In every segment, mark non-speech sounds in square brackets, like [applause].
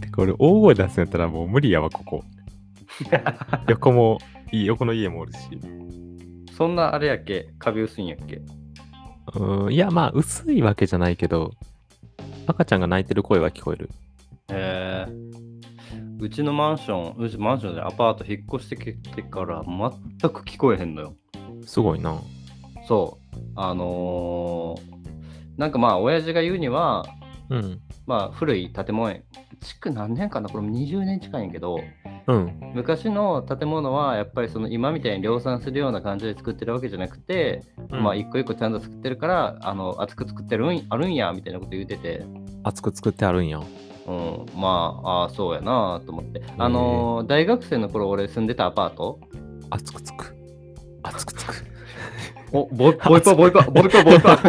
てか俺、大声出すんやったらもう無理やわ、ここ。横も、いい横の家もおるし。 [laughs] そんなあれやっけ壁薄いんやっけうん、いや、まあ、薄いわけじゃないけど、赤ちゃんが泣いてる声は聞こえる。えー、うちのマンション、うちマンションでアパート引っ越してきてから全く聞こえへんのよ。すごいな。そう。あのー、なんかまあ、親父が言うには、うん。まあ、古い建物、築何年かなこれも20年近いんやけど、うん。昔の建物はやっぱりその今みたいに量産するような感じで作ってるわけじゃなくて、まあ一個一個ちゃんと作ってるからあの厚く作ってるんあるんやみたいなこと言うてて、熱く作ってあるんや。うん、まあああそうやなと思ってあのー大学生の頃俺住んでたアパート熱くつく。熱くつく。おボイボイ [laughs] パボイパボイパボイパ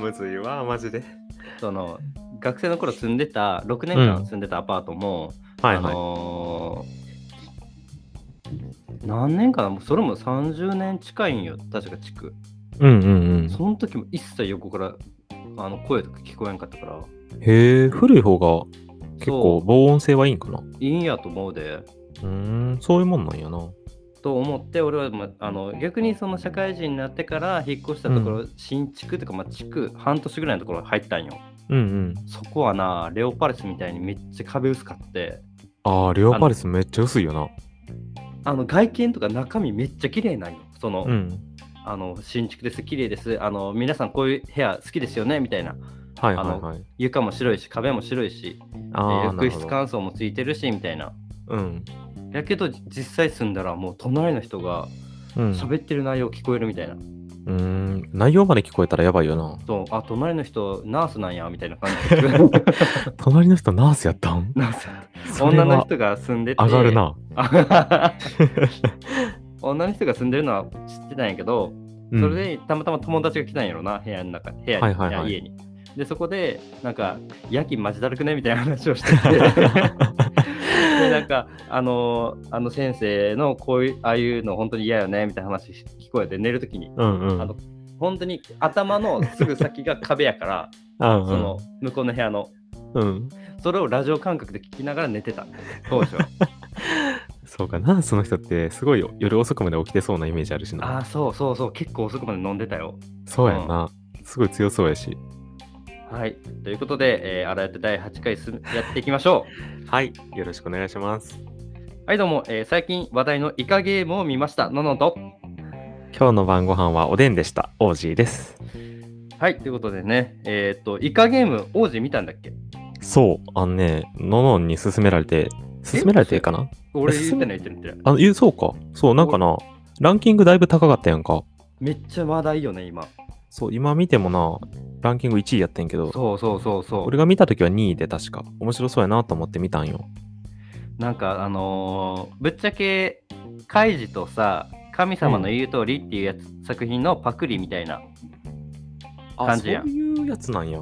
むずいわ、マジで。 [laughs] その学生の頃住んでた6年間うん住んでたアパートも、はいあはい。のー何年かなもうそれも30年近いんよ確か地区うんうんその時も一切横からあの声とか聞こえんかったからうん。へえ、古い方が結構そ防音性はいいんかな。ういいんやと思うでうーん、そういうもんなんやな。と思って俺は、ま、あの逆にその社会人になってから引っ越したところ、新築とか、まあ、地区半年ぐらいのところ入ったんようんうん。そこはなレオパレスみたいにめっちゃ壁薄かってああ、レオパレスめっちゃ薄いよな。あの外見とか中身めっちゃ綺麗なんよその,、うん。あの新築です綺麗ですあの皆さんこういう部屋好きですよねみたいなはいはいはい。床も白いし壁も白いしでああ、な浴る室ほど。乾燥もついてるしみたいなうん。やけど実際住んだらもう隣の人がうん。喋ってる内容聞こえるみたいな、うーん内容まで聞こえたらやばいよな。そうあ隣の人ナースなんやみたいな感じで聞こえる隣の人ナースやったんナー [laughs] スそれ女はの人が住んでて上がるな。 [laughs] 女の人が住んでるのは知ってたんやけど、うんそれでたまたま友達が来たんやろな部屋の中部屋に、はいはいはいや家にでそこでなんか夜勤マジだるくねみたいな話をし [laughs] ててでなんかあのあの先生のこういうああいうの本当に嫌よねみたいな話聞こえて寝るときにうんうん。あの本当に頭のすぐ先が壁やから、うんうんその向こうの部屋の、うん。それをラジオ感覚で聞きながら寝てた、当初は。そうか、ナースの人ってすごい夜遅くまで起きてそうなイメージあるしあな。あ、そうそうそう、結構遅くまで飲んでたよ。そうやんな。すごい強そうやし。はい、ということで、えー、新井と第8回すやっていきましょはい、よろしくお願いします。う。 [laughs] はい、どうも、えー最近話題のイカゲームを見ました、ののと。今日の晩ご飯はおでんでした。オージーです。はい、ということでね、えーっと、イカゲーム、王子見たんだっけそう、あのね、ののんに勧められて、勧められてかな俺言ってない、言ってない言ってない。あの、えそうか。そう、なんかな、ランキングだいぶ高かったやんか。めっちゃ話題よね、今。そう、今見てもな、ランキング1位やってんけど、そうそうそうそう。俺が見たときは2位で確か、面白そうやなと思って見たんよ。なんかあのーぶっちゃけカイジとさ神様の言う通りっていうやつ、作品のパクリみたいな、あ、感そうじやんいうやつなんや。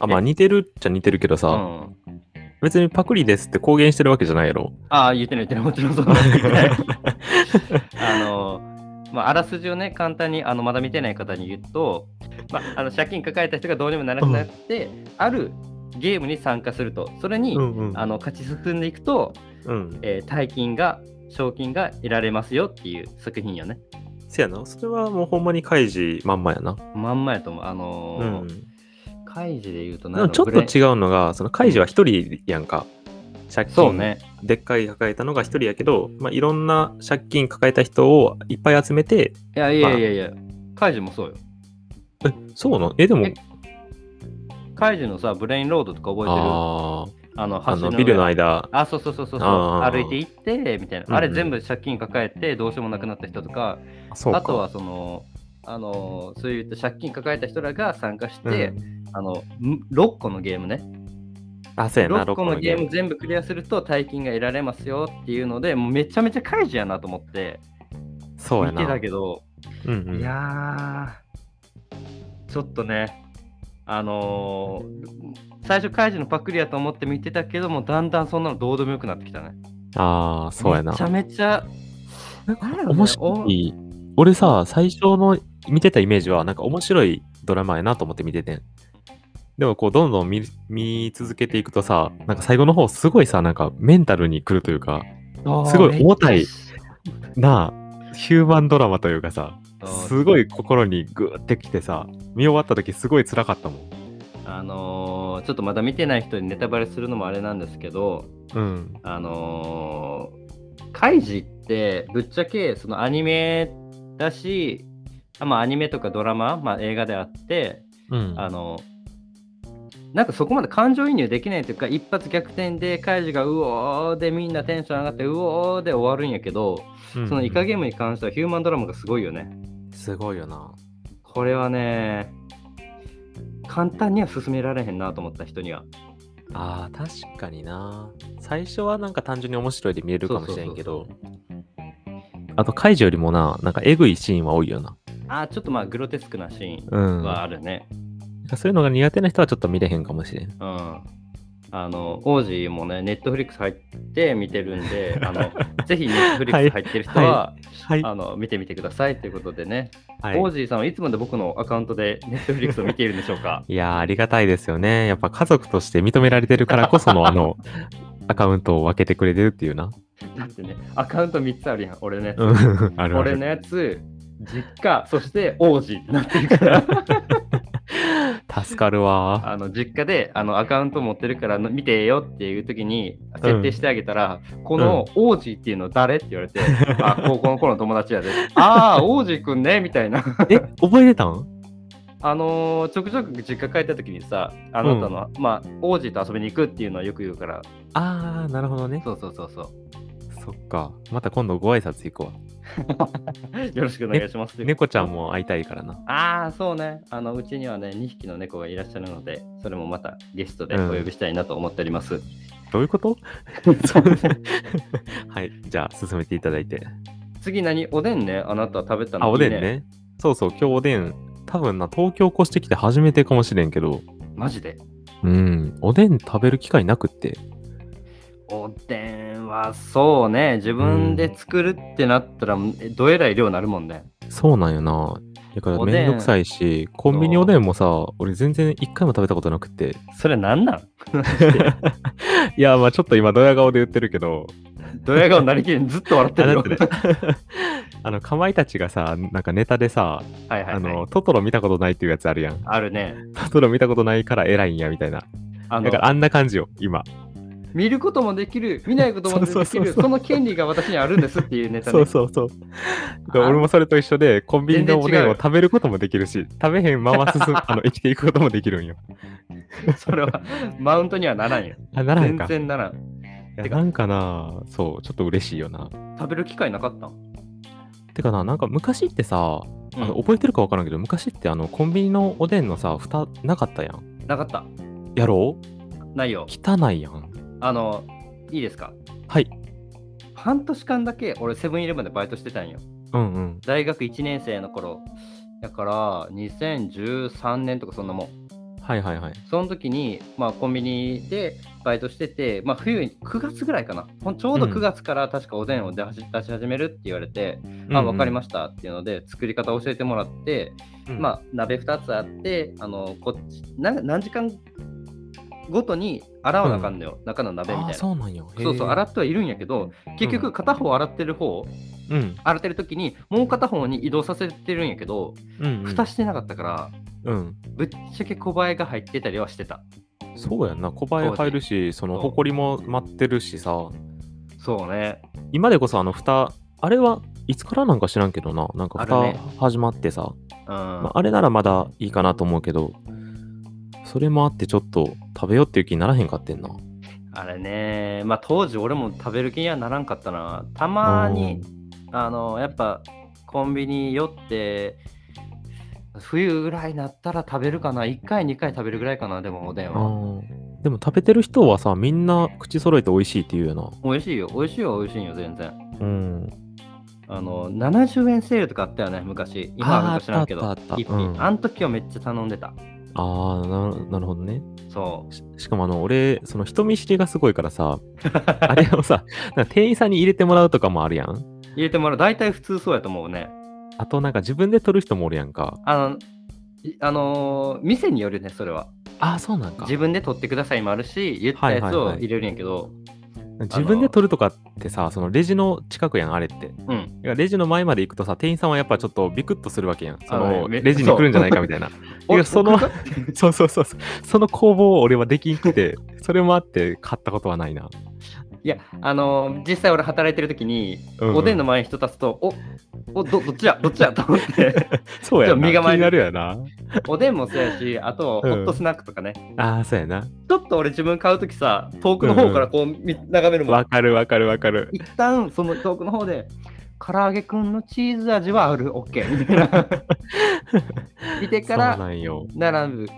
あ、まあ似てるっちゃ似てるけどうさ、ん、別にパクリですって公言してるわけじゃないやろ。ああ言ってない言ってないもちろんそうなんだけ [laughs] どあのーまあ、あらすじをね簡単にあのまだ見てない方に言うと、まあ、あの借金抱えた人がどうにもならなくなって、あるゲームに参加するとそれに、 [laughs] うんうんあの勝ち進んでいくと、うん。えー大金が賞金が得られますよっていう作品よねせやな、それはもうほんまにカイジまんまやな。まんまやと思うあのうーん。カイジで言うとでもちょっと違うのが、そのカイジは一人やんか。借金そうね。でっかい抱えたのが一人やけど、まあ、いろんな借金抱えた人をいっぱい集めて、いやいやいやいや、カイジもそうよ。え、そうなんえ、でもえ、カイジのさ、ブレインロードとか覚えあてるあの、あ、あ橋のの、上ビルの間、あ、そうそうそうそうそう、あー歩いて行って、みたいな。うんうんあれ全部借金抱えて、どうしようもなくなった人とか、そうか。あとはその、あのーそういった借金抱えた人らが参加しうん、て、あのん6個のゲームねあ、そうやな、 6個のゲーム全部クリアすると大金が得られますよっていうのでもうめちゃめちゃカイジやなと思ってそうや見な。てたけどうんうんいやー、ちょっとね、あのー最初、カイジのパクリやと思って見てたけども、だんだんそんなのどうでもよくなってきたね。ああ、そうやなめち。ゃめちゃ、面白い。俺さ、最初の見てたイメージは、なんか面白いドラマやなと思って見ててん。でもこうどんどん見見続けていくとさなんか最後の方すごいさなんかメンタルにくるというかすごい重たいなあヒューマンドラマというかさすごいい心にグーってきてさ見終わった時すごい辛かったもんあのーちょっとまだ見てない人にネタバレするのもあれなんですけどうんあのーカイジってぶっちゃけそのアニメだしあまあアニメとかドラマ、まあ、映画であってうんあのなんかそこまで感情移入できないというか一発逆転でカイジがうおーでみんなテンション上がってうおーで終わるんやけどうんそのイカゲームに関してはヒューマンドラマがすごいよねすごいよなこれはね簡単には進められへんなと思った人にはあー確かにな最初はなんか単純に面白いで見れるかもしれんけどあとカイジよりもななんかエグいシーンは多いよなあーちょっとまあグロテスクなシーうんンはあるねそういうのが苦手な人はちょっと見れへんかもしれんうん、あの王子もねネットフリックス入って見てる [laughs] んであのぜひネットフリックス入ってる人は、はいあの見てみてくださいということでね、はい王子さんはいつまで僕のアカウントでネットフリックスを見ているんでしょう [laughs] かいやーありがたいですよね。やっぱ家族として認められてるからこそのあ [laughs] のアカウントを分けてくれてるっていうな。だってねアカウント3つあるやん俺のやつ、 [laughs] うん、あるあ俺る。のやつ実家そして王子ってなってるから助かるわあの実家であのアカウント持ってるからの見てよっていう時に設定してあげたら、この王子っていうの誰って言 [laughs] われて、あ高校の頃の友達やでああ王子くんねみたいなー。え、覚えてたんあのーちょくちょく実家帰った時にさあなたの、まあ王子と遊びに行くっていうのはよく言うからあー、なるほどね。そうそうそうそうそっか。また今度ご挨拶行こよろしくお願いします。う。猫ちゃんも会いたいからな。ああ、そうね。あの、うちにはね、2匹の猫がいらっしゃるので、それもまたゲストでお呼びしたいなと思っており [laughs] ます。どういうこと [laughs] はい。じゃあ進めていただいて。次何おでんね、あなた食べたのあ、おでんいいね。そうそう、今日おでん。多分な、東京越してきて初めてかもしれんけど、マジで。うん、おでん食べる機会なくって。おでんはそうね、自分で作るってなったら、えどえらい量なるもんね。そうなんよな。だからおでんめんどくさいし、コンビニおでんもさ、俺全然一回も食べたことなくて。それなんなん [laughs] いや、まあちょっと今、ドヤ顔で言ってるけど、ドヤ顔なりきり [laughs] にずっと笑ってあるだよ。ってね [laughs] あの、かまいたちがさ、なんかネタでさ、はいはい、はい、あの、トトロ見たことないっていうやつあるやん。あるね。トトロ見たことないから偉いんや、みたいな。あだのからあんな感じよ、今。見ることもできる、見ないこともできる、 [laughs] そうそうそうそうその権利が私にあるんですっていうネタね。そうそうそう。だから俺もそれと一緒で、コンビニのおで全然違んうを食べることもできるし、食べへんまま進 [laughs] む、あの、生きていくこともできるんよ。それはマウントにはならんよ。あ、ならん全か。然ならん。いやなんかな、そう、ちょっと嬉しいよな。食べる機会なかったんてかな、なんか昔ってさ、あのうん覚えてるか分からんけど、昔ってあのコンビニのおでんのさ、蓋なかったやん。なかった。やろうないよ。汚いやん。あの、いいですかはい。半年間だけ俺セブンイレブンでバイトしてたんよ。うんうん。大学1年生の頃。だから2013年とかそんなもん。はいはいはい。その時に、まあ、コンビニでバイトしてて、まあ、冬に9月ぐらいかな。ほんちょうど9月から確かおでんを出し出し始めるって言われて、あ、わかりまししたっていうので作り方教えてもらって、た。うんまあ、鍋2つあってあのこっちな何時間ごとに洗わなあかんのよ、中の鍋みあたーいなそそうなんよ。へうーそう洗ってはいるんやけど結う局ん片方洗ってる方うん。洗ってる時にもう片方に移動させてるんやけどうん、うん。蓋してなかったから、うん。ぶっちゃけ小映えが入ってたりはしてたそうやんな。小林入るし、その、そうほこりも舞ってるしさ、そうね今でこそあの蓋、あれはいつからなんか知らんけどな、なんかある蓋ね始まってさ、うん、まあ、あれならまだいいかなと思うけど、それもあってちょっと食べようっていう気にならへんかってんな。あれねまあ当時俺も食べる気にはならんかったなたまにあのやっぱコンビニ寄って冬ぐらいになったら食べるかな1回2回食べるぐらいかなでもおでんあはーでも食べてる人はさみんな口揃えて美味しいって言うよ美味しいよ美味しいよ美味しいよ全然なうんあの70円セールとかあったよね昔今はあーなんか知らんけどあったあった一うん品あん時はめっちゃ頼んでたああななるほどねそししかもあの俺その人見知りがすごいから [laughs] さあれをさなんか店員さんに入れてもらうとかもあるやんう入れてもらう大体普通そうやと思うねあとなんか自分で取る人もおるやんかあのいあのー店によるねそれはああ、そうなんか。自分で取ってくださいもあるし言ったやつはいはいをはい入れるんやけど、自分で取るとかってさ、そのレジの近くやん、あれって。うんいやレジの前まで行くとさ、店員さんはやっぱちょっとビクッとするわけやん。そあののねめレジに来るんじゃないかみたいな。いおやその僕が [laughs] そうそうそうそう。その工房を俺はできんくて、それもあって買ったことはないな。いやあの実際俺働いてる時に、うんうんおでんの前に人立つとおおどどっちやどっ [laughs] ちやと思ってそうやんな。ちょ身構気にえてなるやな。おでんもそうやしあとホうんットスナックとかね、ああ、そうやな。ちょっと俺自分買う時さ遠くの方からこう、み眺めるもんわかるわかるわかる。一旦その遠くの方で唐揚げくんのチーズ味はある OK みたい [laughs] な見てそかうならんよ。並ぶ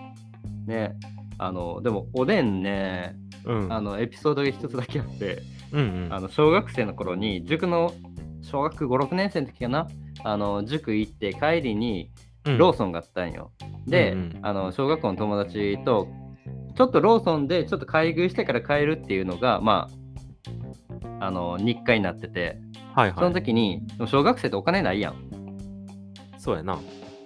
ねあのでもおでんねうん。あのエピソードが一つだけあってうんうんあの小学生の頃に塾の小学56年生の時かなあの塾行って帰りにうんローソンがあったんよ、で、うんうんあの小学校の友達とちょっとローソンでちょっと買い食いしてから帰るっていうのがまああの日課になっててはいそのはい。時に、でも小学生ってお金ないやんそうやな。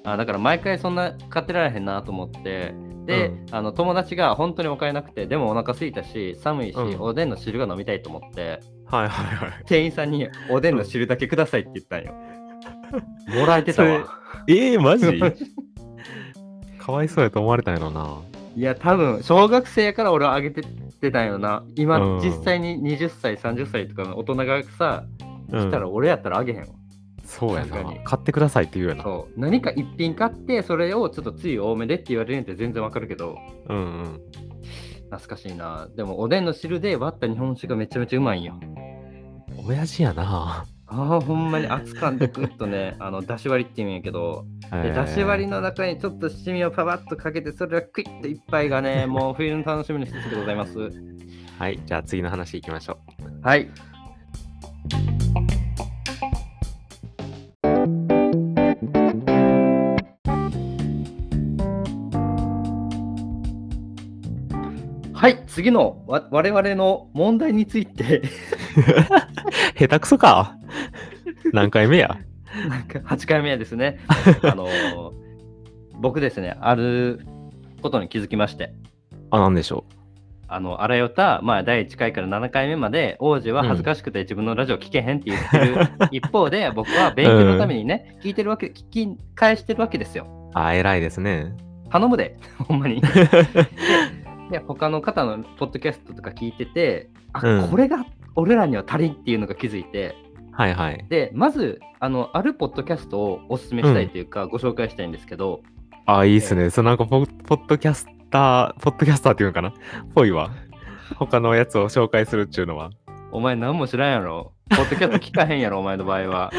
あだから毎回そんな買ってられへんなと思ってで、うんあの友達が本当にお金なくてでもお腹空いたし寒いし、うんおでんの汁が飲みたいと思ってはいはいはい。店員さんに「おでんの汁だけください」って言ったんよ。もらえてたわ。ええー、マジ [laughs] かわいそうやと思われたんやろな。いや多分小学生やから俺はあげてってたんよな。今、うん実際に20歳30歳とかの大人がさうん来たら俺やったらあげへんわ。そうや確かなに。買ってくださいって言うやな。そう何か一品買ってそれをちょっとつゆ多めでって言われるんって全然わかるけどうんうん。懐かしいな。でもおでんの汁で割った日本酒がめちゃめちゃうまいんよ。親父やな。ああほんまに熱感でグッと [laughs] ねあのだし割りって言うんやけど。でだし割りの。の中にちょっと七味をパパッとかけてそれをクイッと一杯がねもう冬の楽しみの一つでございますはい、じゃあ次の話いきましょう。 [laughs] はいはい次のわ我々の問題について下手くそ [laughs] か。何回目や。なんか8回目で [laughs] すねあのー僕ですねあることに気づきましてあ、なんでしょあの、あらよた、まあ、第1回から7回目まで、王子は恥ずかしくて自分のラジオ聞けへんって言ってる [laughs] 一方で、僕は勉強のためにね、聞いてるわけ、聞き返してるわけですよ。う。あ、偉いですね。頼むで、 [laughs] ほん [laughs] まに。で、他の方のポッドキャストとか聞いてて、あ、うんこれが俺らには足りんっていうのが気づいて、はいはい。で、まず、あの、あるポッドキャストをおすすめしたいというか、ご紹介したいんですけど、あ、いいっすね。そうなんかポ、ポッドキャスター、ポッドキャスターっていうのかな [laughs] ぽいわ。他のやつを紹介するっちゅうのは。お前何も知らんやろ。ポッドキャスト聞かへんやろ、 [laughs] お前の場合は。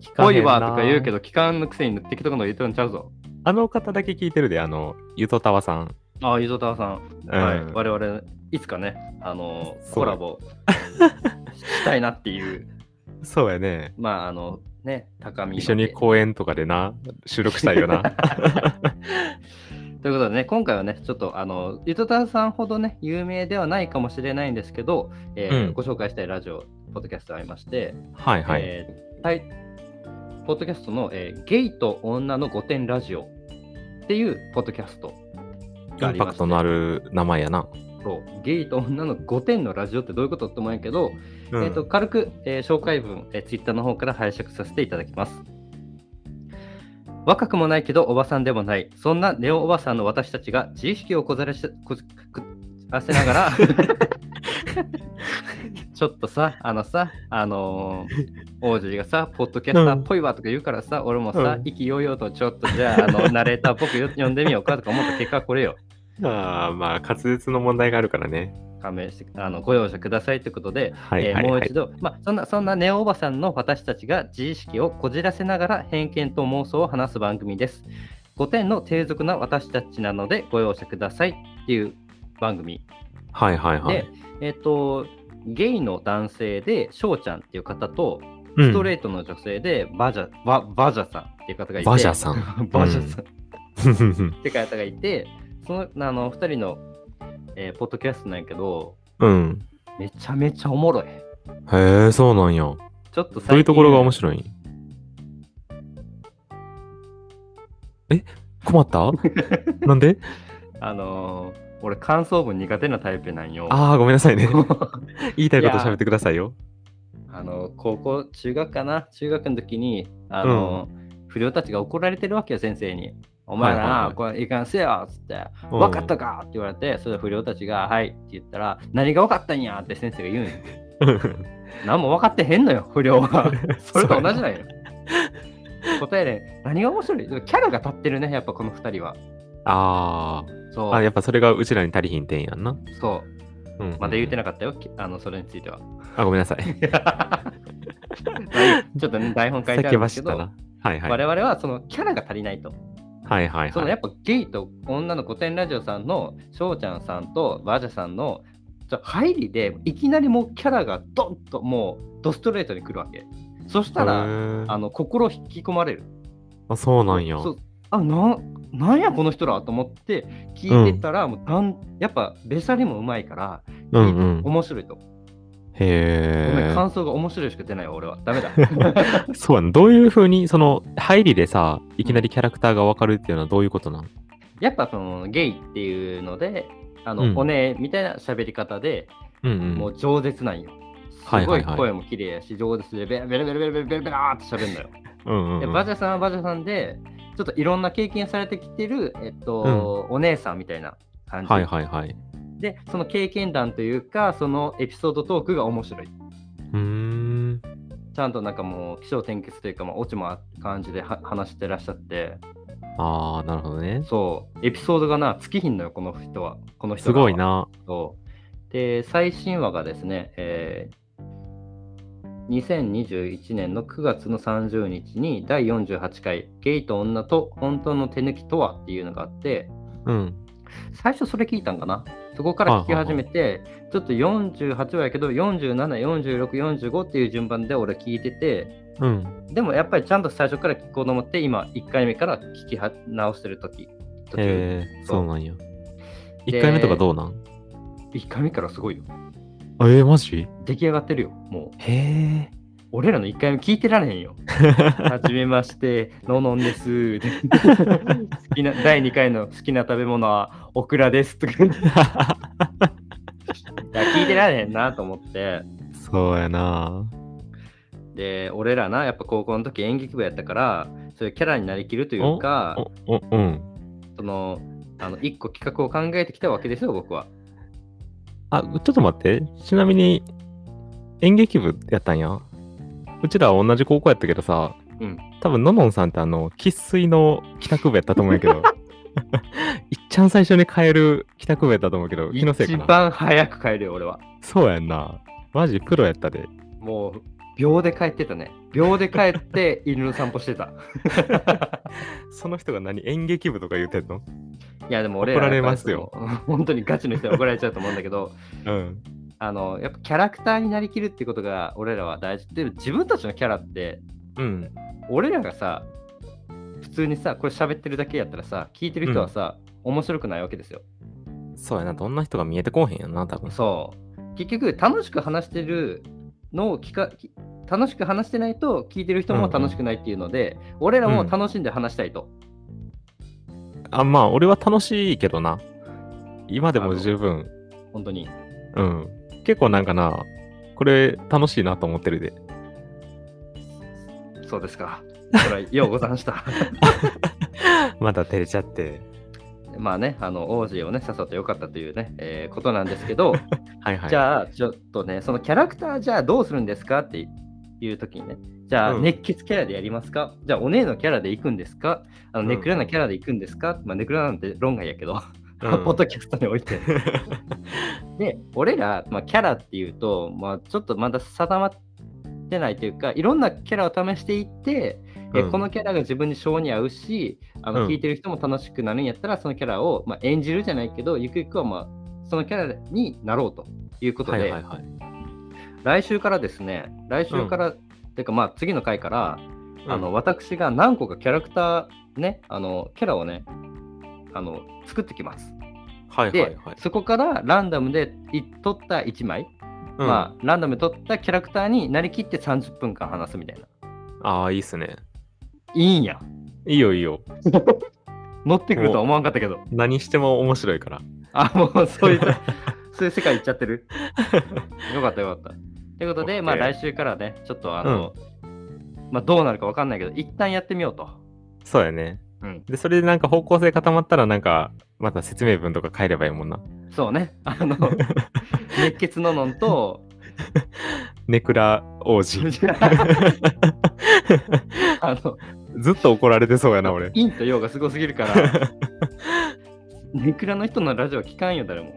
聞かへんなおいわとか言うけど、聞かんのくせに適当なこと言ってんちゃうぞ。あの方だけ聞いてるで、あの、ゆとたわさん。ああ、ゆぞたわさん。うんはい。我々、いつかね、あのー、そうコラボしたいなっていう、 [laughs] そうやね。まあ、あの、ね、高み。一緒に公演とかでな、収録したいよ [laughs] な。ということでね、今回はね、ちょっと、あの、ゆとたわさんほどね、有名ではないかもしれないんですけど、えーうんご紹介したいラジオ、ポッドキャストがありまして、はいはい。えータイポッドキャストの、えーゲイと女の御殿ラジオっていうポッドキャストがあインりパまクしてトのある名前やな。そうゲイと女の御殿のラジオってどういうことって思うんやけど、うんえー、と軽く、えー紹介文、えー、Twitter の方から拝借させていただきます。若くもないけどおばさんでもない、そんなネオおばさんの私たちが自意識をこざらしこじくあせなが [laughs] ら、ちょっとさ、あのさ、あのー、王子がさ、ポッドキャスターっぽいわとか言うからさ、俺もさう、ん意気揚々とちょっとじゃあ、あの、ナレーターっぽくよ呼んでみようかとか思った結果はこれよ。ああ、まあ、滑舌の問題があるからね。勘弁してあのご容赦くださいということで、はいえーはいもうはい一。度、まあ、そんなそんなネオおばさんの私たちが自意識をこじらせながら偏見と妄想を話す番組です。5点の低俗な私たちなのでご容赦くださいっていう番組はいはいで、はい。えっ、とゲイの男性で翔ちゃんっていう方とうんストレートの女性でバジャ、ババジャさんっていう方がいてバジャさん。ん [laughs] バジャさん、うんって方がいてそのあの2人の、えーポッドキャストなんやけど [laughs] うん。めちゃめちゃおもろい。へえ、そうなんや。ちょっとど最近ういうところが面白いん [laughs] え困ったなんであのー俺感想文苦手なタイプなんよ。ああ、ごめんなさいね。言いたいこと喋ってくださいよ。 [laughs] あの高校中学かな中学の時にあの、不良たちが怒られてるわけよ先生に。お前らな、はいはいはいこれいかんせよっつって、うん分 [laughs] かったかって言われて、それで不良たちが、はいって言ったら、何が分かったんやって先生が言うんよ。何も分かってへんのよ、不 [laughs] 良は。それと同じなんよ。答えで、何が面白いキャラが立ってるね、やっぱこの2人は。あそあ。あ、う。やっぱそれがうちらに足りひん点やんな。そうん、うまだ言うてない。なかったよ、きあのそれについては。あ、ごめんなさ [laughs] い。ちょっとね、台本書いて叫あるんばですしけたど、な。はいはい。我々はそのキャラが足りないと。はいはいそのはやい。っぱゲイと女の古典ラジオさんの翔ちゃんさんとバージャさんのちょ入りでいきなりもうキャラがドンともうドストレートに来るわけ。そしたへら、ーあの心引き込まれる。あ、そうなんや。そうあななんやこの人らと思って聞いてたら、もうだんやっぱべしゃりもうまいから、うんうん。面白いと。ごめんへ感想が面白いしか出ないよ俺は。ダメだ。え。そうやん。どういうふうに、その、入りでさ、いきなりキャラクターがわかるっていうのはどういうことなんやっぱそのゲイっていうので、あの、うんおねえみたいな喋り方で、うんうん。もう饒舌なんよ。はすいごはいいはい声も綺麗やし、饒舌でベラベラベラベラベラベラベラーって喋るのよ。うんうんうでん、バジャさんはバジャさんで、ちょっといろんな経験されてきてる、えっと、お姉さんみたいな感じ、はいはいはい。で、その経験談というか、そのエピソードトークが面白い。うーん。ちゃんとなんかもう、起承転結というか、まあ、オチもある感じでは話してらっしゃって、ああ、なるほどね。そう、エピソードがな、尽きひんのよ、この人は。この人すらはごいな。そうで最新話がですね、えー2021年の9月の30日に第48回「ゲイと女と本当の手抜きとは?」っていうのがあってうん。最初それ聞いたんかなそこから聞き始めてちょっと48話やけど474645っていう順番で俺聞いててうん。でもやっぱりちゃんと最初から聞こうと思って今1回目から聞きは直してる時途中へえ、そうそうなんや。で1回目とかどうなん1回目からすごいよえー、マジ出来上がってるよもう。へえ。俺らの一回も聞いてられへ [laughs] んよ。はじめまして、ののんです。好 [laughs] きな第2回の好きな食べ物はオクラです。とか言っていや聞いてられへんなと思って。 [laughs] そうやな。で、俺らな、やっぱ高校の時演劇部やったから、そういうキャラになりきるというか、お、お、うん。その、あの一個企画を考えてきたわけですよ、僕は。あ、ちょっと待って。ちなみに、演劇部やったんや。うちらは同じ高校やったけどさ、うん多分ののんさんってあの、生粋の帰宅部やったと思うん [laughs] やけど、いっちゃん最初に変える帰宅部やったと思うけど、気のせい一かな。番早く帰るよ、俺は。そうやんな。マジプロやったで。もう、秒で帰ってたね。秒で帰って犬の散歩してた。その人が何演劇部とか言うてんのいやでも俺怒られやっぱりますよその。本当にガチの人は怒られちゃうと思うんだけど、うん。あのやっぱキャラクターになりきるってことが俺らは大事。でも自分たちのキャラって、うん。俺らがさ、普通にさ、これ喋ってるだけやったらさ、聞いてる人はさ、面白くないわけですよ。そうやな。どんな人が見えてこうへんやんな、多分。そう。結局、楽しく話してるのを聞か、き楽しく話してないと聞いてる人も楽しくないっていうので、俺らも楽しんで話したいと。あ、まあ、俺は楽しいけどな。今であもの十分。本当に。うん。結構なんかな、これ楽しいなと思ってる [laughs] で。そうですか。それはようござん [laughs] した。まだ照れちゃって。まあね、あの王子をね、誘ってよかったというね、えーことなんですけど、はいはい。じゃあ、ちょっとね、そのキャラクター、じゃあどうするんですかっていう時にね、じゃあ、うん熱血キャラでやりますか、じゃあ、お姉のキャラで行くんですかあのうんネクラなキャラで行くんですか、まあ、ネクラなんて論外やけど、うん [laughs] ポッドキャストにお [laughs] いて。で、俺ら、まあ、キャラっていうと、まあ、ちょっとまだ定まってないというか、いろんなキャラを試していって、えうんこのキャラが自分に性に合うしあうのん聞いてる人も楽しくなるんやったら、そのキャラを、まあ、演じるじゃないけどゆくゆくは、まあ、そのキャラになろうということはで、いはいはい。来週からですね来週から、てかまあ次の回から、あの私が何個かキャラクターねあのキャラをねあの作ってきます。はいで、はいはい。そこからランダムでい取った1枚、うんまあ、ランダムで取ったキャラクターになりきって30分間話すみたいな。ああ、いいっすね。いいんや。いいよいいよ。乗ってくるとは思わんかったけど。何しても面白いから。あ、もうそう [laughs] いう、そういう世界行っちゃって [laughs] る。よかったよかった。ということで、まあ OK 来週からね、ちょっとあの、まあどうなるかわかんないけど、一旦やってみようと。そうやね。うん。で、それでなんか方向性固まったら、なんか、また説明文とか変えればいいもんな。そうね。あの、 [laughs] 熱血ののんと、ネクラ王子。 [laughs] あの、ずっと怒られてそうやな、俺。陰と陽がすごすぎる [laughs] から、ネクラの人のラジオ聞かんよ、誰も。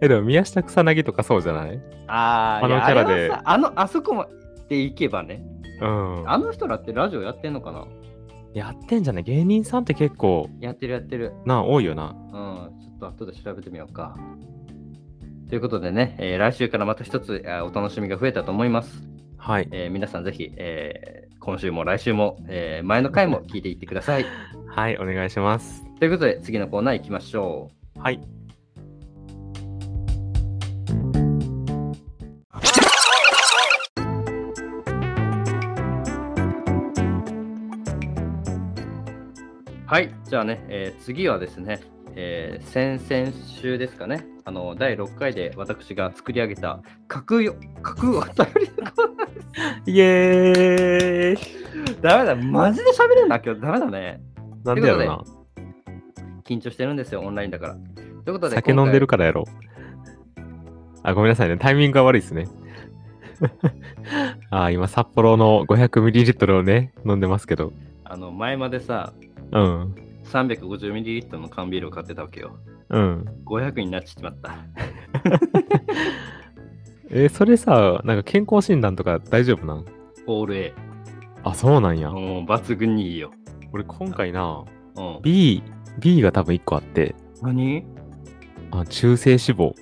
え、でも宮下草薙とかそうじゃないああのキャラでああの、あそこまで行けばね、うん。あの人らってラジオやってんのかなやってんじゃない芸人さんって結構、やってるやってる。な、多いよな。うん、ちょっと後で調べてみようか。ということでね、えー来週からまた一つあお楽しみが増えたと思います。はい。えー皆さんぜひ、えー今週も来週も、えー前の回も聞いていってくだ [laughs] さい。はい、お願いします。ということで、次のコーナー行きましょう。はい。はい、じゃあね、えー次はですね、えー先々週ですかね、あの第6回で私が作り上げた架空よ架空お便りのコーナーイエーイ [laughs] ダメだ、マジで喋れんな、今日ダメだね。なんでやろ緊張してるんですよ、オンラインだから。ということな。で、酒飲んでるからやろ。あ、ごめんなさいね。タイミングが悪いですね。 [laughs] あー、今、札幌の 500ml をね、飲んでますけど。今回あの前までさ、うん。 350ml の缶ビールを買ってたわけよ。うん。 500になっちまった。えーそれさ、なんか健康診断とか大丈夫なんオール A。あ、そうなんや。もう抜群にいいよ。俺、今回な、うん、 B、B が多分1個あって、何あ、中性脂肪。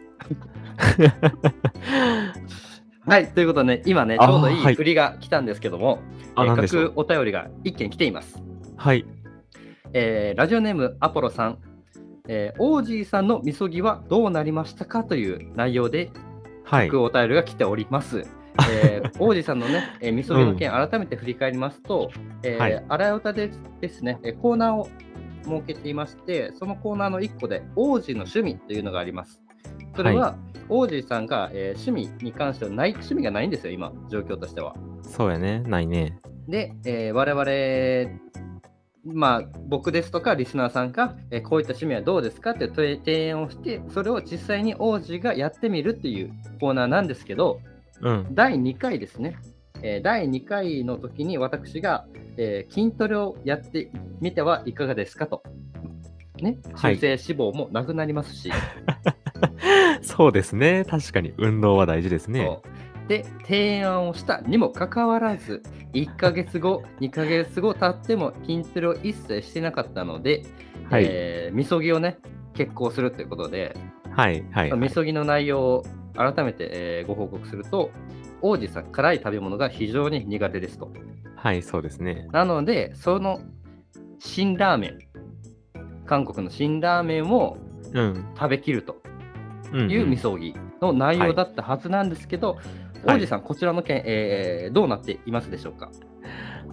[laughs] はい、ということでね、今ね、ちあーょうどいはいい振りが来たんですけども、あ、えなーんでしょ各う。お便りが1件来ています。はい。えーラジオネームアポロさん、えー、オージーさんのみそぎはどうなりましたかという内容で、はい。お便りが来ており [laughs] ます。えー、王子さんのね、えー、みそぎの件、改めて振り返りますと、えーはい荒い歌でですね、えーコーナーを設けていまして、そのコーナーの1個で、王子の趣味というのがあります。それは、王子さんが、えー趣味に関してはない、趣味がないんですよ、今、状況としては。そうやね。ないね。で、えー我々、まあ、僕ですとかリスナーさんが、えーこういった趣味はどうですかって提提案をしてそれを実際に王子がやってみるっていうコーナーなんですけどうん。第2回ですね、えー第2回の時に私が、えー筋トレをやってみてはいかがですかと。ね、は中い性脂肪もなくなりますし、 [laughs] そうですね。確かに運動は大事ですねそ。うで提案をしたにもかかわらず1ヶ月後2 [laughs] ヶ月後経っても筋トレを一切してなかったので、はい、えーみそぎをね決行するということで、はい。はい。みそぎの内容を改めて、えーご報告すると王子さん辛い食べ物が非常に苦手ですとはい。そうですね。なのでその辛ラーメン韓国の辛ラーメンをうん。食べきるとうんうんいうみそぎの内容だったはずなんですけど、はい王子さん、こちらの件、えーどうなっていますでしょうか。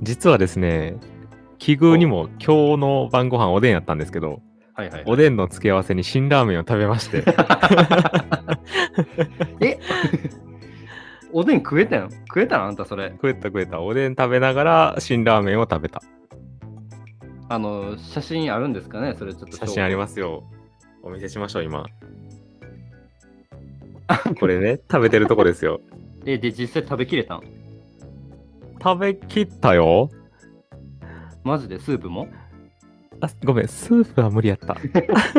実はですね、奇遇にも今日の晩ご飯おでんやったんですけど、はいはいおでんの付け合わせに辛ラーメンを食べま [laughs] して、え [laughs] おでん食えたん食えたんあんたそれ。食えた食えた、おでん食べながら辛ラーメンを食べた。あの、写真あるんですかねそれちょっと。写真ありますよ。お見せしましょう、 [laughs] 今。これね、食べてるとこですよ。え、で、実際食べきれたん食べきったよ。マジでスープもあごめん、スープは無理や [laughs] った。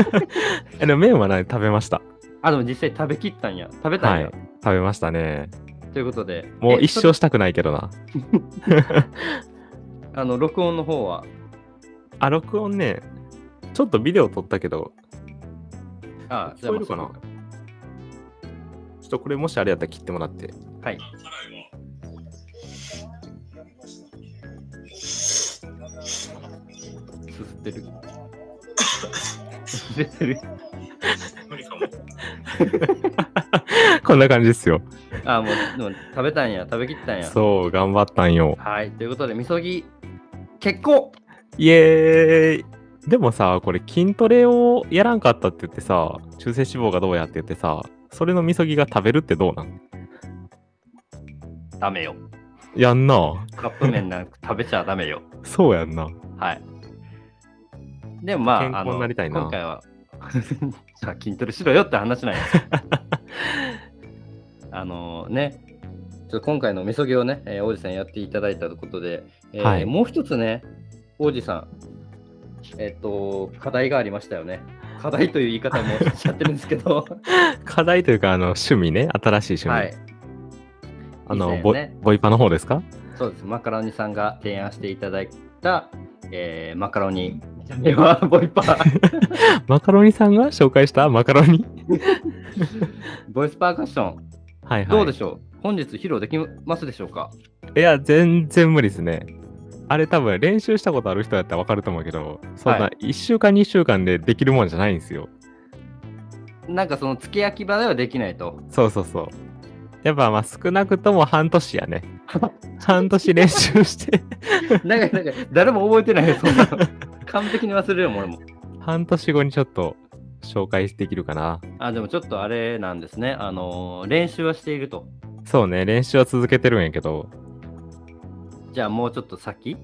[laughs] えでも麺はね、食べました。あ、でも実際食べきったんや。食べたはんいや。。食べましたね。ということで。もうえ一そ生れしたくないけどな。あの、録音の方は。あ、録音ね、ちょっとビデオ撮ったけど、あ、聞こえるかなじゃあまあそうちょっとこれもしあれやったら切ってもらっ [laughs] て。はい。すすってる。すすってる。こんな感じですよ。あ、もう、でも食べたんや。食べきったんや。そう、頑張ったんよ。はい。ということで、みそぎ、結構イエーイでもさ、これ筋トレをやらんかったって言ってさ、中性脂肪がどうやって言ってさ、それのみそぎが食べるってどうなんダメよ。やんな。カップ麺なんか食べちゃダメよ。そうやんな。はい。でもまあ、健康になりたいなあの今回は、 [laughs] じゃあ筋トレしろよって [laughs] 話なんや。あのね、ちょっと今回のみそぎをね、えー王子さんやっていただいたことで、えーはいもう一つね、王子さん、えっ、と、課題がありましたよね。課題という言い [laughs] 方もしちゃってるんですけど、課題というか、あの、趣味ね。新しい趣味。はい。あ以の、前ボイねボイパの方ですかそうです。マカロニさんが提案していただいた、えーマカロニ、じゃねえわボイパー、マカロニさんが紹介したマカロニボイスパーカッション、はいはい。どうでしょう、本日披露できますでしょうかいや、全然無理ですね。あれ多分練習したことある人だったらわかると思うけど、そんはな1週間2週間でできるもんじゃないんですよ。なんかその付け焼き場ではできないと。 [laughs] そうそうそう。やっぱまあ少なくとも半年や [laughs] ね。半年練習して、なんか、なんか誰も覚えてないよ、[laughs] そんなの完璧に忘れるよ、俺も。半年後にちょっと紹介できるかな。あ、でもちょっとあれなんですね。あのー練習はしていると。そうね、練習は続けてるんやけど、じゃあもうちょっと先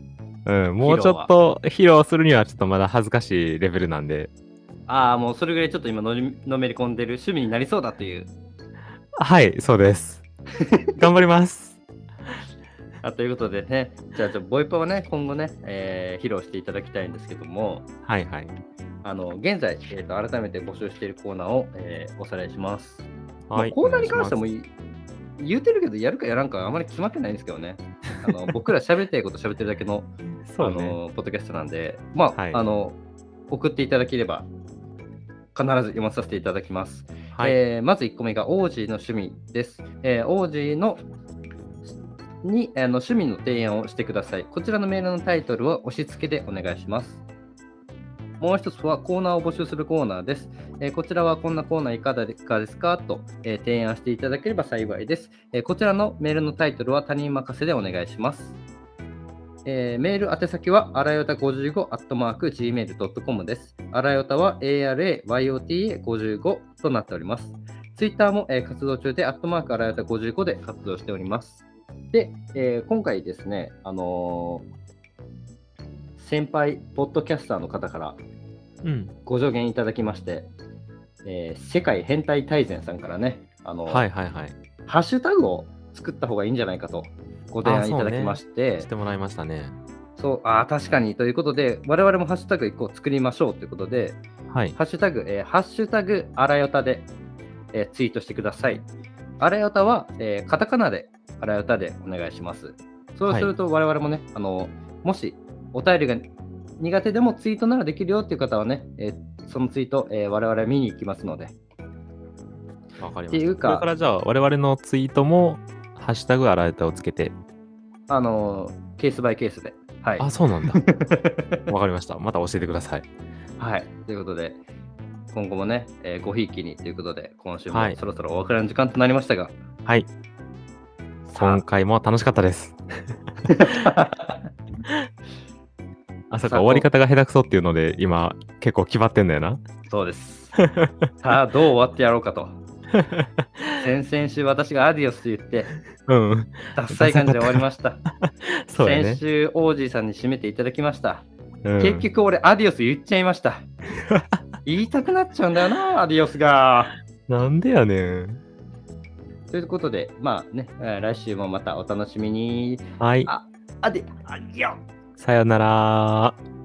うん、もうちょっと披露するにはちょっとまだ恥ずかしいレベルなんで、ああ、もうそれぐらいちょっと今のりのめり込んでる趣味になりそうだという。はい、そう [laughs] です。頑張ります。あということでね、じゃあちょっとボイパはね、今後ね、えー披露していただきたいんですけども、はいはい。あの現在、えーと、改めて募集しているコーナーを、えーおさらいします。まあはいコーナーに関してはおも願いしい言うてるけど、やるかやらんかあまり決まってないんですけ [laughs] どね。あの僕ら喋りたいこと喋ってるだけの、ますあそうね。のポッドキャストなんで、まあ、はいあの送っていただければ、必ず読まさせていただきます。はい。えーまず1個目が、王子の趣味です。えー、王子のにあの趣味の提案をしてください。こちらのメールのタイトルは押し付けでお願いします。もう一つはコーナーを募集するコーナーです。えーこちらはこんなコーナーいかがですかと、えー提案していただければ幸いです、えーこちらのメールのタイトルは他人任せでお願いします。えーメール宛先は、あらよた55 gmail.com です。あらよたは arayota55 となっております。ツイッターも、えー活動中で、アットマークあらよた55で活動しております。で、えー今回ですね、あのー先輩、ポッドキャスターの方からうん。ご助言いただきまして、えー世界変態大全さんからね、あのーはいはいはい。ハッシュタグを作った方がいいんじゃないかとご提あ案いそうねただきまして、してもらいましたね。そう、ああ、確かにということで、我々もハッシュタグ1個作りましょうということで、はい。ハッシュタグ、えーハッシュタグ、あらよたで、えーツイートしてください。あらよたは、えーカタカナで、あらよたでお願いします。そうすると、我々もね、あの、もし、お便りが苦手でもツイートならできるよっていう方はね、えーそのツイート、えー我々見に行きますので、わかりました。っていうかこれからじゃあ、我々のツイートも、ハッシュタグ洗えたをつけて。あのーケースバイケースで。はい。あ、そうなん [laughs] だ。わかりました。また教えてください。はい。ということで、今後もね、えーごひいきにということで、今週もはいそろそろお別れの時間となりましたが、はい。さ今あ回も楽しかったです。 [laughs] あ、そっか、終わり方が下手くそっていうので、今、結構決まってんだよな。そうです。さあ、どう終わってやろうか [laughs] と。先々週、私がアディオスと言って、うん。ダッサい感じで終わりました。 [laughs] そうだ先ね。週、王子さんに締めていただきました。うん結局、俺、アディオス言っちゃい [laughs] ました。言いたくなっちゃうんだよな、アディオスが。なんでやねん。ということで、まあね、えー来週もまたお楽しみに。はい。あアディ、アディオさよなら。